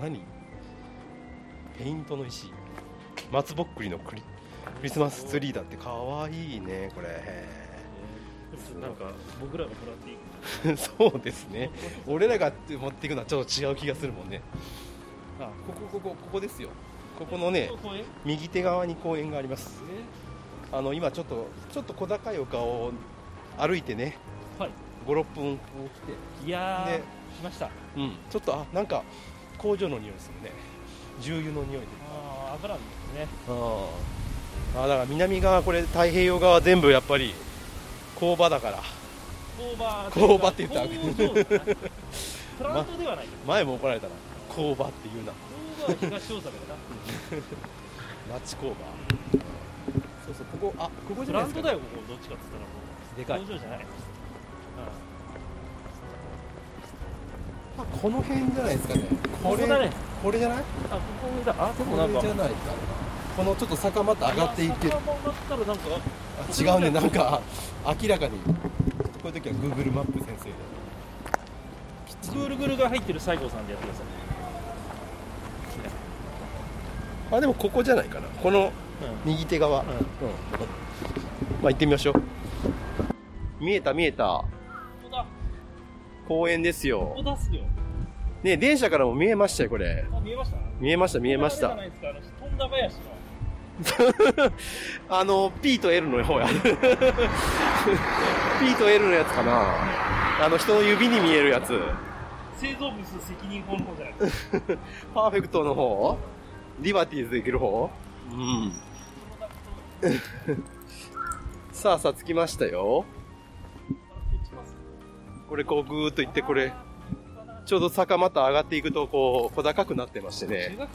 Speaker 1: 何ペイントの石松ぼっくりの栗クリスマスツリーだってかわいいねこれ
Speaker 3: なんか僕らがもらってい
Speaker 1: <laughs>
Speaker 3: い
Speaker 1: そうですね俺らが持っていくのはちょっと違う気がするもんねあここここここですよここのね
Speaker 3: 公園
Speaker 1: 右手側に公園がありますあの今ちょっとちょっと小高い丘を歩いてね
Speaker 3: はい
Speaker 1: 56分こう来て
Speaker 3: いやー
Speaker 1: で
Speaker 3: 来ました
Speaker 1: うん、ちょっとあなんか工場の匂いするね重油の匂いで
Speaker 3: あー油なんですね
Speaker 1: ああだから南側これ太平洋側全部やっぱり工場だから
Speaker 3: 工場
Speaker 1: 工場って言った
Speaker 3: 工場だなプラントではない
Speaker 1: 前も怒られたな工場って言うな
Speaker 3: 工場は東大阪だな
Speaker 1: 町工場そうそうここあここじ
Speaker 3: ブ
Speaker 1: ゃないで
Speaker 3: ラン
Speaker 1: すか
Speaker 3: ドだよここどっちかっつったらも
Speaker 1: で
Speaker 3: う
Speaker 1: かい
Speaker 3: 工場じゃない、うん、
Speaker 1: あこの辺じゃないですかね
Speaker 3: ここだね
Speaker 1: これじゃない
Speaker 3: あここだあでも
Speaker 1: こ
Speaker 3: な
Speaker 1: れ
Speaker 3: ん
Speaker 1: じゃ
Speaker 3: か
Speaker 1: ないかなこのちょっと坂また上がっていける
Speaker 3: あ坂上がったらなんか
Speaker 1: あ違うねなんか明らかにこういう時は Google マップ先生で
Speaker 3: グルグルが入ってる西郷さんでやってください
Speaker 1: あでもここじゃないかなこの右手側、
Speaker 3: ん
Speaker 1: うんまあ行ってみましょう見えた見えた
Speaker 3: ここだ
Speaker 1: 公園です
Speaker 3: こ
Speaker 1: よ
Speaker 3: こ出すよ
Speaker 1: ね電車からも見えましたよこれ
Speaker 3: あ見えました
Speaker 1: 見えました見
Speaker 3: 見
Speaker 1: えまし
Speaker 3: あ
Speaker 1: た
Speaker 3: れじゃないですかあの富田林の
Speaker 1: あの P と L の方や <laughs> P と L のやつかなあの人の指に見えるやつ
Speaker 3: 製造物責任法の方じゃないですか
Speaker 1: パーフェクトの方リバティーズできる方うん。 <laughs> さあさあ着きましたよ。これこうぐーっと行って、これ、ちょうど坂また上がっていくと、こう、小高くなってまして
Speaker 3: 中
Speaker 1: ね。
Speaker 3: 学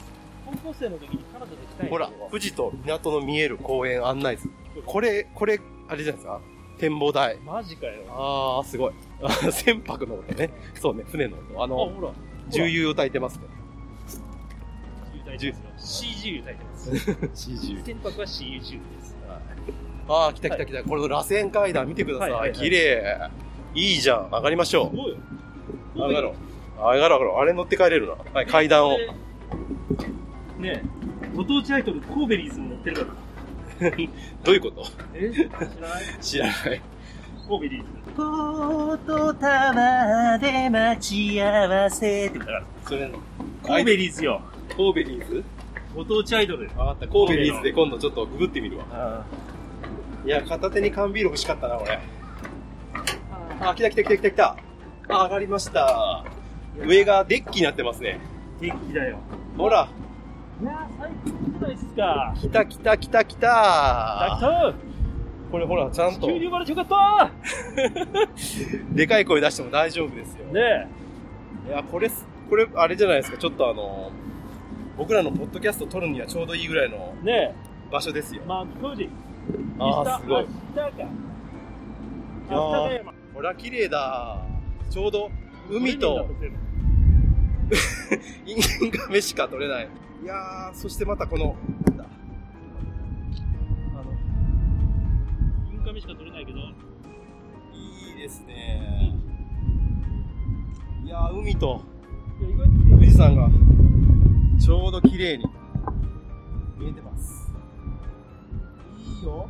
Speaker 3: 高校生の時に彼女で来たい
Speaker 1: ほら、富士と港の見える公園案内図。これ、これ、あれじゃないですか展望台。
Speaker 3: マジかよ
Speaker 1: あー、すごい。 <laughs> あ船舶の音ね。そうね、船の音。あ
Speaker 3: あ
Speaker 1: の、
Speaker 3: ほら
Speaker 1: 重油を焚いて <laughs> ますね。
Speaker 3: 油炊いてますよ CG 炊いてます
Speaker 1: CG。
Speaker 3: 船舶は CG です
Speaker 1: あー、来た来た来た。この螺旋階段見てください。
Speaker 3: はいはいはい
Speaker 1: 綺麗。いいじゃん。上がりましょう
Speaker 3: す。ごいよ
Speaker 1: 上がろう。上がろう、上がろう。あれ乗って帰れるな。はい、階段を。
Speaker 3: ねえご当地アイドルコーベリーズも乗ってるから
Speaker 1: どういうこと
Speaker 3: え知らない
Speaker 1: 知らない。
Speaker 3: コーベリーズポートタワーで待ち合わせってから
Speaker 1: それの。
Speaker 3: コーベリーズよ
Speaker 1: 神戸リーズ
Speaker 3: ご当地アイドル
Speaker 1: あかった。神戸リーズで今度ちょっとググってみるわ。
Speaker 3: あ
Speaker 1: いや、片手に缶ビール欲しかったな、俺。あ、来た来た来た来た来た。あ、上がりました。上がデッキになってますね。
Speaker 3: 元気だよ
Speaker 1: ほら、
Speaker 3: いやー最高じゃないですか
Speaker 1: 来た来た来た来
Speaker 3: ダ
Speaker 1: た。
Speaker 3: ク
Speaker 1: これほら、ちゃん
Speaker 3: ト
Speaker 1: と
Speaker 3: 急に、生まれてよかった
Speaker 1: でかい声出しても大丈夫ですよ。
Speaker 3: ね
Speaker 1: いや、これす、これ、あれじゃないですか、ちょっとあの、僕らのポッドキャスト撮るにはちょうどいいぐらいの
Speaker 3: えね
Speaker 1: 場所ですよ
Speaker 3: え。マックフジ
Speaker 1: あーすごい
Speaker 3: 明日か
Speaker 1: あ
Speaker 3: 明日
Speaker 1: ー
Speaker 3: だよまあ
Speaker 1: ほら、綺麗だ。ちょうど、海と、インカメしか撮れない。いやー、そしてまたこの、あの、
Speaker 3: インカメしか取れないけど
Speaker 1: いいですね。いやー、海と
Speaker 3: いや意外と
Speaker 1: 富士山が、ちょうど綺麗に、見えてます。いいよ。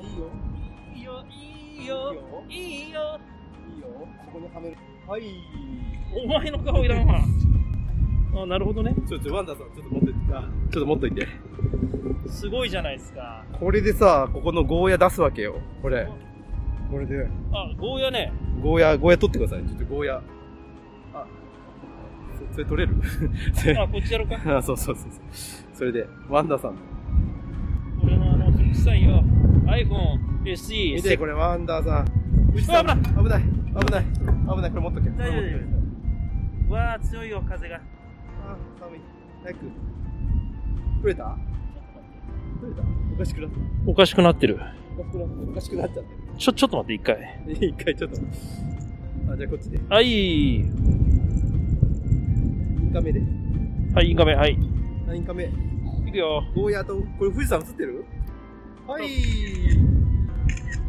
Speaker 1: いいよ。
Speaker 3: いいよい
Speaker 1: い
Speaker 3: い
Speaker 1: い
Speaker 3: よ
Speaker 1: よ。
Speaker 3: いいよ
Speaker 1: いいよ。ここにはめる。はい。
Speaker 3: お前の顔いらんわ <laughs> あなるほどね
Speaker 1: ちょっと、ワンダさん、ちょっと持ってって。あちょっと持っといて。
Speaker 3: すごいじゃないですか
Speaker 1: これでさ、ここのゴーヤ出すわけよ。これ。これで。
Speaker 3: あゴーヤね
Speaker 1: ゴーヤ、ゴーヤ取ってください。ちょっとゴーヤ。あ、そそれ取れる <laughs> それ
Speaker 3: あこっちやろうか
Speaker 1: あ、そうそうそうそう。それで、ワンダさん。
Speaker 3: 俺のあの臭いよ iPhone SE
Speaker 1: 見て、これワンダさん。うちさん、
Speaker 3: うわ
Speaker 1: 危ない、危ない、危ない、これ持っとけ。
Speaker 3: 大丈夫
Speaker 1: これ持っとけ
Speaker 3: うわあ強いよ風が
Speaker 1: あ、寒い。早く。取れた取れたおかしくなった。
Speaker 3: おかしくなってる
Speaker 1: おかしくなった。 <laughs> おかしくなっちゃっ
Speaker 3: ちょちょっと待って一回
Speaker 1: てる。一回ちょっと。あ、じゃあこっちで。
Speaker 3: はい
Speaker 1: インカメで。
Speaker 3: はいインカメはい
Speaker 1: あインカメ。
Speaker 3: いくよ
Speaker 1: ゴーヤと、これ富士山映ってるはい。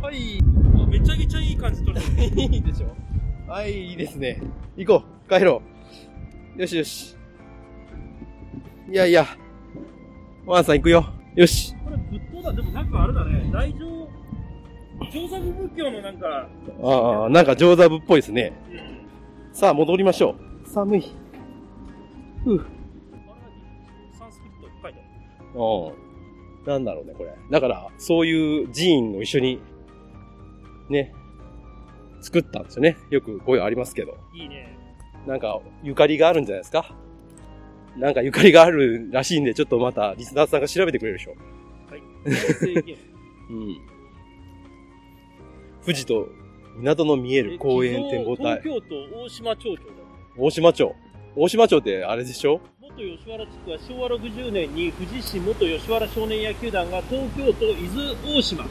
Speaker 1: はい。
Speaker 3: あめちゃめちゃいい感じ撮れてる
Speaker 1: いいでしょはい、いいですね。行こう、帰ろう。よしよし。いやいや。ワンさん行くよ。よし。
Speaker 3: これぶっ飛んだでもなんかあれだね大乗上座部仏教のなんか
Speaker 1: ああ、なんか上座部っぽいですね。さあ、戻りましょう。寒い。ふう。
Speaker 3: サンスクリット書いてあ
Speaker 1: うん。なんだろうね、これ。だから、そういう寺院を一緒に、ね、作ったんですよね。よくこういうのありますけど。
Speaker 3: るい
Speaker 1: <laughs>
Speaker 3: いね
Speaker 1: なんか、ゆかりがあるんじゃないですかなんかゆかりがあるらしいんで、ちょっとまたリスナーさんが調べてくれるでしょ。
Speaker 3: はい制限
Speaker 1: うん。富士と港の見える公園展望
Speaker 3: 東
Speaker 1: 台。
Speaker 3: 京都大島町長だ
Speaker 1: 大島町。大島町ってあれでしょ
Speaker 3: もっ
Speaker 5: と吉原地区は昭和60年に富士市元吉原少年野球団が東京都伊豆大島、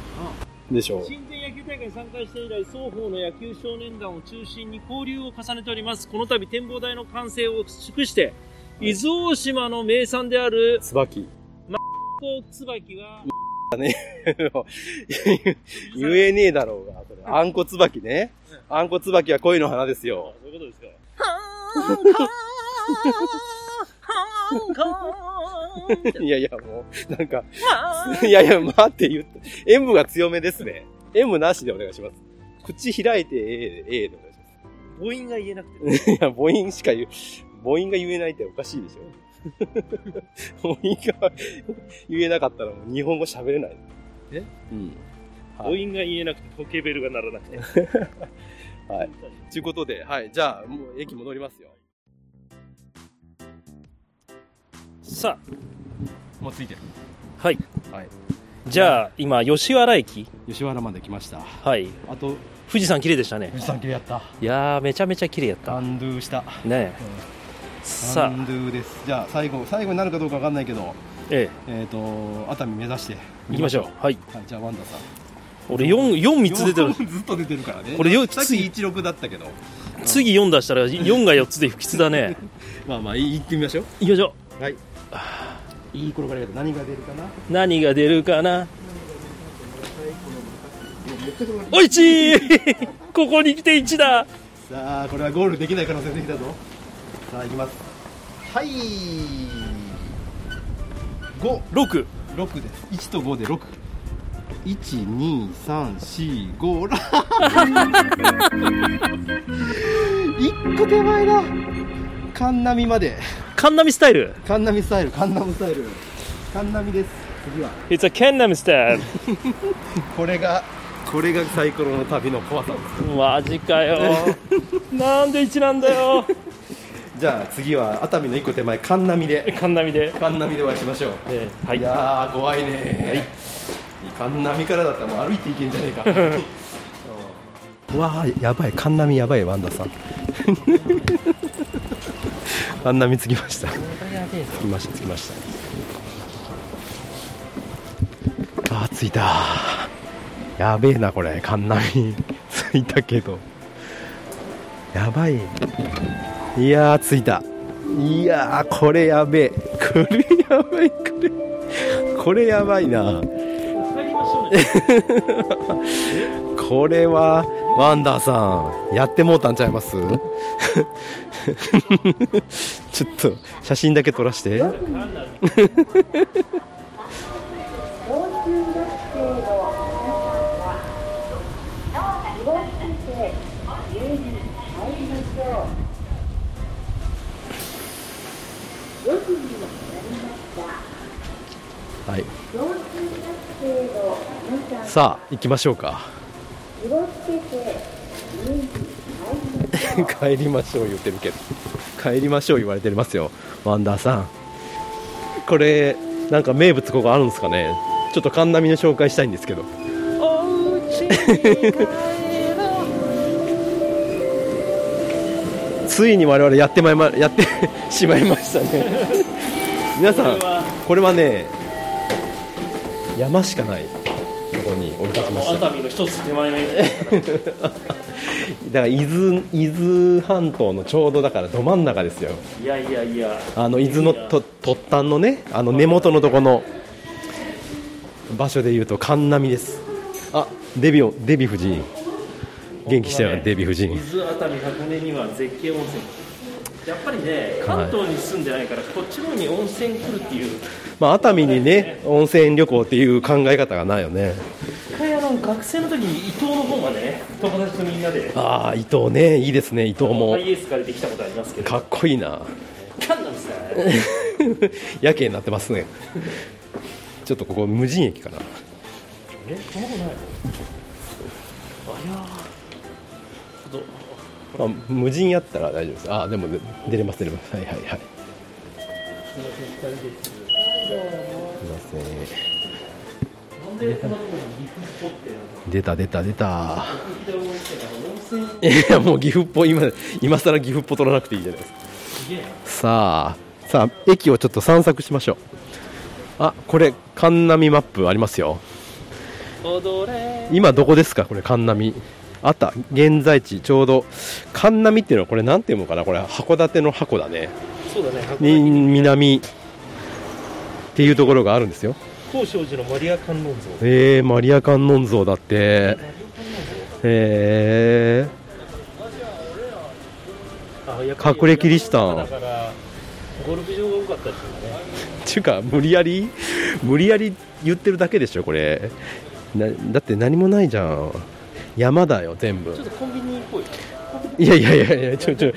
Speaker 1: でしょう。
Speaker 5: 親善野球大会に参加して以来、双方の野球少年団を中心に交流を重ねております。この度、展望台の完成を祝して、伊豆大島の名産である、
Speaker 1: 椿。
Speaker 5: こう椿が、
Speaker 1: <laughs> 言えねえだろうが、それ。あんこ椿ね。あんこ椿は恋の花ですよ。
Speaker 5: そういうことですか。
Speaker 1: いやいや、もう、なんか、 <laughs> いやいや、待って言って。塩分が強めですね。塩分なしでお願いします。口開いて、ええ、ええでお願いしま
Speaker 5: 母音が言えなくて。
Speaker 1: す。いや、母音しか言う、母音が言えないっておかしいでし <laughs> ょ。母音が <laughs> 言えなかったらもう日本語喋れない。
Speaker 5: え
Speaker 1: うん。
Speaker 5: 母音が言えなくて、時計ベルが鳴らなくて。
Speaker 1: はい。ということで、はい。じゃあ、もう駅戻りますよ。
Speaker 3: さあ
Speaker 1: もうついてる。
Speaker 3: はい
Speaker 1: はい。
Speaker 3: じゃあ今吉原駅
Speaker 1: 吉原まで来ました。
Speaker 3: はい
Speaker 1: あと、
Speaker 3: 富士山綺麗でしたね
Speaker 1: 富士山系やった。
Speaker 3: いやーめちゃめちゃ綺麗やった
Speaker 1: ランドゥした。
Speaker 3: ねえ、
Speaker 1: ラ
Speaker 3: さあ
Speaker 1: ンドゥです。じゃあ、最後、最後になるかどうかわかんないけど、
Speaker 3: え
Speaker 1: えっ、と、熱海目指して。
Speaker 3: え行きましょうはい
Speaker 1: う。はい、じゃあ、ワンダさん。
Speaker 3: 俺4四三つ出てる
Speaker 1: ずっと出てるからね。
Speaker 3: これよ
Speaker 1: さっき16だったけど。
Speaker 3: 次4出したら4が4つで不吉だね
Speaker 1: まあまあ、い行ってみましょ
Speaker 3: <laughs> 行きましょ
Speaker 1: う。はい。いい転がり方、何が出るかな
Speaker 3: う何が出るかなおいち <laughs> ここに来て1だ
Speaker 1: さあ、これはゴールできない可能性出てきたぞ。さあ、行きます。はい。5。
Speaker 3: 6
Speaker 1: 6です1と5で6 1 2 3 4 5 <laughs> 6 1個手前だカンナミまで
Speaker 3: カンナミスタイル
Speaker 1: カンナミスタイルカンナムスタイルカンナミです次は
Speaker 3: It's a カンナムスタイル
Speaker 1: これがこれがサイコロの旅の怖さで
Speaker 3: <laughs> マジかよ <laughs> なんで1なんだよ
Speaker 1: すじゃあ次は熱海の1個手前カンナミで
Speaker 3: カンナミで、
Speaker 1: カンナミでお会いしましょう
Speaker 3: ええはい
Speaker 1: いやー怖いねー、カンナミからだったらもう歩いていけんじゃねえ <laughs> かわあやばいカンナミやばいワンダさん <laughs> カンナミ着きました着きました着きましたあー着いたやべえなこれカンナミ着いたけどやばいいやー着いたいやーこれやべえこれやばいこれこれやばいな <laughs>
Speaker 5: 帰りましょうね。
Speaker 1: これはワンダーさんやってもうたんちゃいます <laughs> ちょっと写真だけ撮らしてはいさあ行きましょうか <laughs> 帰りましょう言ってるけど帰りましょう言われてますよワンダーさんこれなんか名物ここあるんですかねちょっと神波の紹介したいんですけど <laughs> ついに我々やってまいまやって <laughs> しまいましたね皆さんこれはね山しかないところに降りてきました
Speaker 3: 熱海の一つ手前の駅
Speaker 1: だから伊豆伊豆半島のちょうどだからど真ん中ですよ
Speaker 3: いやいやいや
Speaker 1: あの伊豆のと突端のねあの根元のとこの場所でいうと神波ですあデビオデヴィ夫人元気してるデヴィ夫人
Speaker 3: 伊豆熱海箱根には絶景温泉やっぱりね関東に住んでないからこっちの方に温泉来るっていう
Speaker 1: まあ熱海にね温泉旅行っていう考え方がないよね
Speaker 3: 一回あの学生の時に伊東の方までね友達とみんなで
Speaker 1: ああ伊藤ねいいですね伊藤も
Speaker 3: ハイエース借りてきたことありますけど
Speaker 1: かっこいいな
Speaker 3: カンナムスタイル
Speaker 1: <laughs> やけになってますねちょっとここ無人駅かな
Speaker 3: えそんなことない
Speaker 1: まあ、無人やったら大丈夫です。あ、でもで出れます出れます。はいはいはい。すみません。出た出た出た。いやもう岐阜っぽい今今更岐阜っぽ取らなくていいじゃないですか。さあさあ、駅をちょっと散策しましょう。あ、これ、神波マップありますよ。
Speaker 3: 踊れ
Speaker 1: 今どこですかこれ、神波。あった。現在地、ちょうど。神波っていうのは、これなんて読むかなこれ、函館の箱だね。
Speaker 3: そうだね箱
Speaker 1: に、
Speaker 3: 根
Speaker 1: 南っていうところがあるんですよ。
Speaker 3: 高尚寺のマリア観音像
Speaker 1: えー、マリア観音像だって。え
Speaker 3: あやっぱり
Speaker 1: 隠れキリシタン
Speaker 3: だからゴルフ場が多かったですよね
Speaker 1: ー、ちゅうか、無理やり <laughs> 無理やり言ってるだけでしょ、これ。なだって何もないじゃん。山だよ、全部
Speaker 3: ちょ。っとコンビニっぽい
Speaker 1: いやいやいやいや、ちょち <laughs> ょ、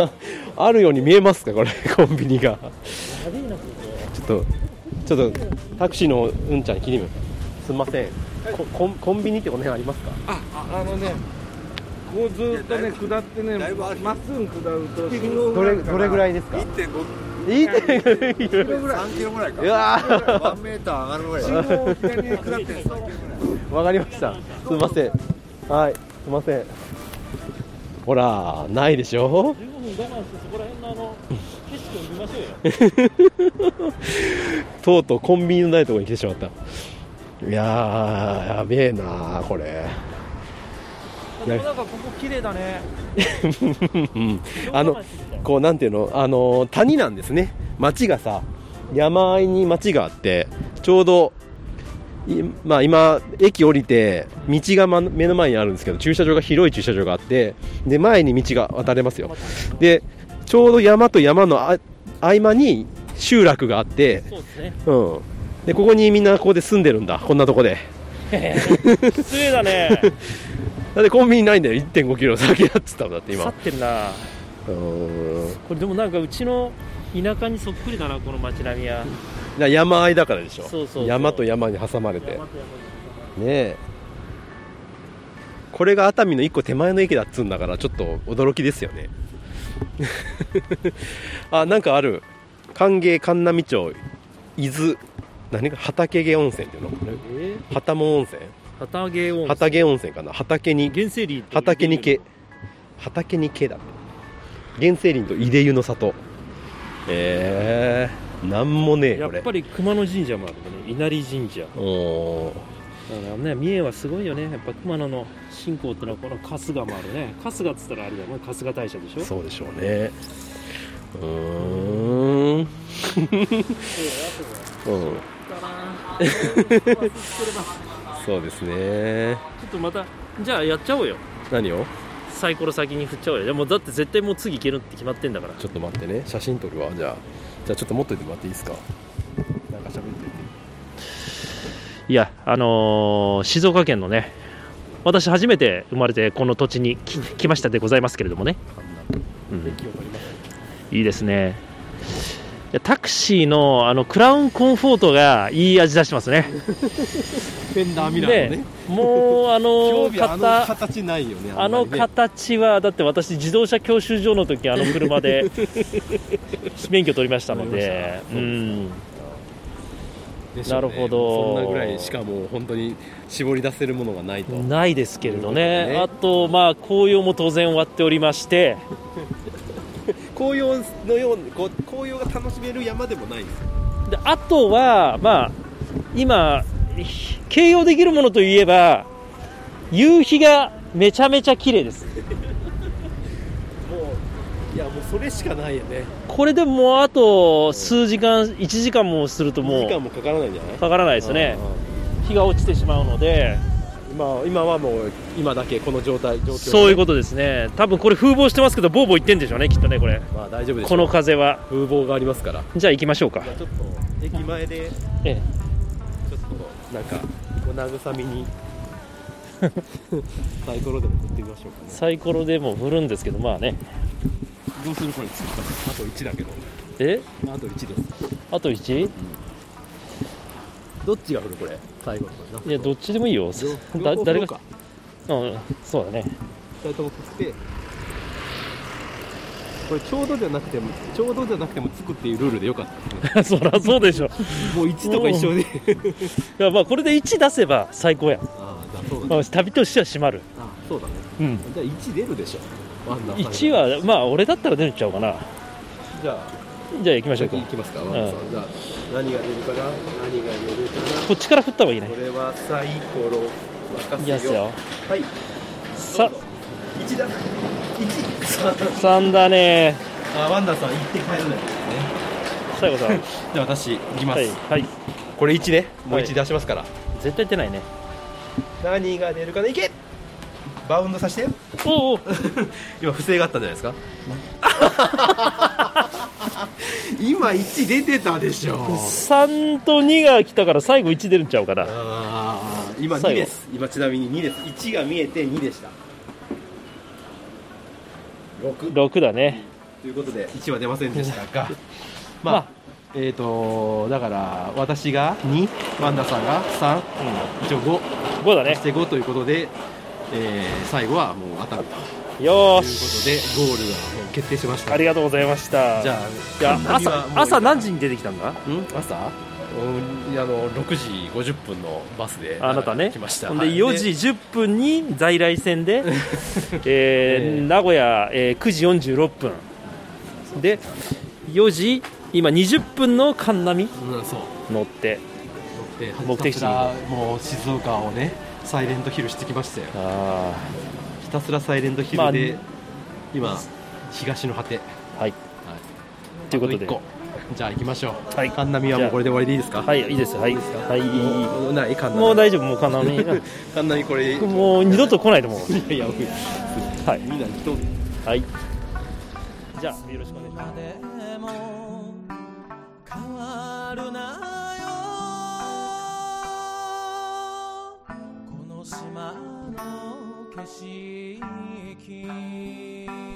Speaker 1: ああるように見えますか、これ、 <laughs> コンビニが。ちょっと、ちょっと、タクシーのうんちゃんに切りむ。すんません。こコンコンビニってこの辺ありますか
Speaker 6: あのね、こうずーっとね、下ってね、まっすぐ下ると、
Speaker 1: どれどれぐらいですか
Speaker 4: 1.5
Speaker 1: いいね <laughs>
Speaker 4: 3キロぐらいか
Speaker 1: うわー
Speaker 4: 1メーター上がるぐらい信号を左に下って3キロぐらい
Speaker 1: わかりました。すみません。はい、すみません。ほら、ないでしょ
Speaker 3: 15分我慢してそこら辺のあの景色を見ましょうよ
Speaker 1: <laughs> とうとうコンビニのないところに来てしまった。いやー、やべえなー、これ。
Speaker 3: でもなんかここ綺麗だね
Speaker 1: うんあの、こう、なんていうの、あのー、谷なんですね。町がさ、山あいに町があって、ちょうど、いまあ、今、駅降りて、道が、ま、目の前にあるんですけど、駐車場が広い駐車場があって、で、前に道が渡れますよ。で、ちょうど山と山のあ合間に集落があって、
Speaker 3: そうですね
Speaker 1: うん。で、ここにみんなここで住んでるんだ。こんなとこで。
Speaker 3: 失礼だね
Speaker 1: だってコンビニないんだよ。1.5キロ先だっつったもんだって
Speaker 3: 去
Speaker 1: 今
Speaker 3: っ。てんな
Speaker 1: うーん。
Speaker 3: これでもなんかうちの田舎にそっくりだなこの街並みは
Speaker 1: だ山あいだからでしょ。
Speaker 3: そうそうそう
Speaker 1: 山と山に挟まれて。ねえ。これが熱海の1個手前の駅だっつうんだから、ちょっと驚きですよね。 <laughs> あ、なんかある。歓迎神波町、伊豆、何か畑毛温泉っていうのこれ
Speaker 3: え
Speaker 1: 旗門温泉
Speaker 3: 旗揚温
Speaker 1: 畑毛温泉かな畑に
Speaker 3: 原生林っていう
Speaker 1: 畑にけ畑にけだ原生林と井出湯の里えー、なんもねえ
Speaker 3: やっ
Speaker 1: これ
Speaker 3: ぱり熊野神社もあるよね稲荷神社だか
Speaker 1: おー
Speaker 3: らね三重はすごいよねやっぱ熊野の信仰ってのはこの春日もあるね春日っつったらあれだよね春日大社でしょ
Speaker 1: そうでしょうねうーんうんそうですね
Speaker 3: ちょっとまたじゃあやっちゃおうよ
Speaker 1: 何を
Speaker 3: サイコロ先に振っちゃおうよでもだって絶対もう次いけるって決まってんだから
Speaker 1: ちょっと待ってね写真撮るわじゃあじゃあちょっと持っといてもらっていいですかなんか喋ってて
Speaker 3: いやあのー静岡県のね私初めて生まれてこの土地に来来ましたでございますけれどもね、うんいいですねいやタクシーのあのクラウンコンフォートがいい味出してますね
Speaker 1: フェンダーミ
Speaker 3: でもうあ <laughs>
Speaker 1: 興
Speaker 3: の
Speaker 1: 味あの
Speaker 3: 方
Speaker 1: 形ないよね
Speaker 3: あ
Speaker 1: んま
Speaker 3: の
Speaker 1: りね
Speaker 3: 形はだって私自動車教習所の時あの車で
Speaker 1: <laughs>
Speaker 3: 免許取りましたので
Speaker 1: 取りましたそう
Speaker 3: うん
Speaker 1: でしょうね
Speaker 3: なるほど
Speaker 1: そんなぐらいしかもう本当に絞り出せるものがないと、
Speaker 3: ないですけれどね
Speaker 1: という
Speaker 3: あとまあ紅葉も当然終わっておりまして
Speaker 1: 紅葉のようにこう紅葉が楽しめる山でもないんですよ
Speaker 3: であとはまあ今ひ形容できるものといえば夕日がめちゃめちゃ綺麗です
Speaker 1: もういやもうそれしかないよね
Speaker 3: これでもうあと数時間1時間もするとも
Speaker 1: 時間
Speaker 3: う
Speaker 1: もかからないんじゃない
Speaker 3: かからないですね日が落ちてしまうので
Speaker 1: うん今今はもう今だけこの状態状況
Speaker 3: そういう
Speaker 1: こ
Speaker 3: ことですね多分これ風防してますけどボーボー言ってんでしょうねきっとねこれ
Speaker 1: とまあ大丈夫でしょう
Speaker 3: この風は
Speaker 1: 風貌がありますから
Speaker 3: じゃあ行きましょうか
Speaker 1: ちょっと駅前で
Speaker 3: ええ
Speaker 1: ちょっとなんかお慰みに <laughs> サイコロでも振ってみましょうかね
Speaker 3: サイコロでも振るんですけどまあね
Speaker 1: どうするこれあと1だけど
Speaker 3: え
Speaker 1: あと1です
Speaker 3: あと 1?
Speaker 1: どっちが振るこれ最後のこれない
Speaker 3: やどっちでもいいよだ
Speaker 1: 両方振
Speaker 3: 誰
Speaker 1: ろう
Speaker 3: が
Speaker 1: か
Speaker 3: うんそうだね <laughs>
Speaker 1: 2人とも振ってこれちょうどじゃなくてもちょうどじゃなくてもつくっていうルールでよかったですね
Speaker 3: そりゃそうでしょ
Speaker 1: もう1とか一緒 <laughs> で
Speaker 3: いやまあこれで1出せば最高や
Speaker 1: ああだそうだね
Speaker 3: まあ旅としては締まる
Speaker 1: あそうだね
Speaker 3: うん
Speaker 1: じゃあ1出るでしょあんな
Speaker 3: 1はまあ俺だったら出ちゃうかな
Speaker 1: じゃあ
Speaker 3: じゃあ行きましょう
Speaker 1: 先
Speaker 3: か
Speaker 1: 行きますか、ワンさんじゃあ何が出るかな何が出るか
Speaker 3: こっちから振った方がいい
Speaker 1: な
Speaker 3: ね
Speaker 1: これはサイコロ任
Speaker 3: い
Speaker 1: せ
Speaker 3: き
Speaker 1: よ
Speaker 3: ますよ
Speaker 1: はい
Speaker 3: さ
Speaker 1: 1だ1
Speaker 3: 3だね
Speaker 1: あワンダさん行って帰らないですね
Speaker 3: 最
Speaker 1: <laughs>
Speaker 3: 後さんは
Speaker 1: じゃあ私行きます、
Speaker 3: い、はい、
Speaker 1: これ1ねもう
Speaker 3: はい
Speaker 1: 1出しますから、
Speaker 3: 絶対出ないね
Speaker 1: 何が出るかないけバウンドさせて
Speaker 3: おうおう
Speaker 1: 今不正があったんじゃないですか今1出てたでしょ
Speaker 3: 3と2が来たから最後1出るんちゃうかな
Speaker 1: あー今
Speaker 3: 最
Speaker 1: 2
Speaker 3: 後
Speaker 1: です今ちなみに2です1が見えて2でした6
Speaker 3: 6だね
Speaker 1: ということで1は出ませんでしたがまあ、
Speaker 3: まあ
Speaker 1: えっ、ー、とだから私が2ワンダさんが3一応5
Speaker 3: 5だ
Speaker 1: そ
Speaker 3: ね
Speaker 1: して5ということで、えー最後はもう熱海というこ
Speaker 3: よー
Speaker 1: と
Speaker 3: し
Speaker 1: でゴールがもう決定しました
Speaker 3: ありがとうございました
Speaker 1: じゃ
Speaker 3: いや
Speaker 1: 神はもういい
Speaker 3: 朝朝何時に出てきたんだ
Speaker 1: あん朝うんあの6時50分のバスで
Speaker 3: あなたね
Speaker 1: 来ました
Speaker 3: ほんで
Speaker 1: はい
Speaker 3: 4時10分に在来線で、えー
Speaker 1: えー
Speaker 3: 名古屋、えー9時46分で4時今20分の神波
Speaker 1: うんそう
Speaker 3: 乗って
Speaker 1: で
Speaker 3: 目的地に
Speaker 1: ひたすらもう静岡をねサイレントヒルしてきましたよ
Speaker 3: あ
Speaker 1: ひたすらサイレントヒルで、今東の果て
Speaker 3: あはいということ
Speaker 1: あ
Speaker 3: で
Speaker 1: 一個じゃあ行きましょう
Speaker 3: はい
Speaker 1: 神波はもうこれで終わりでいいですか
Speaker 3: はいいいですはいはい
Speaker 1: もうない神波
Speaker 3: もう大丈夫もう神波
Speaker 1: 神波これ
Speaker 3: <laughs> もう二度と来ないと思う
Speaker 1: いやいや
Speaker 3: はい
Speaker 1: みんな人
Speaker 3: はいじゃあよろしくお願いします
Speaker 7: でも変わるなよこの島の景色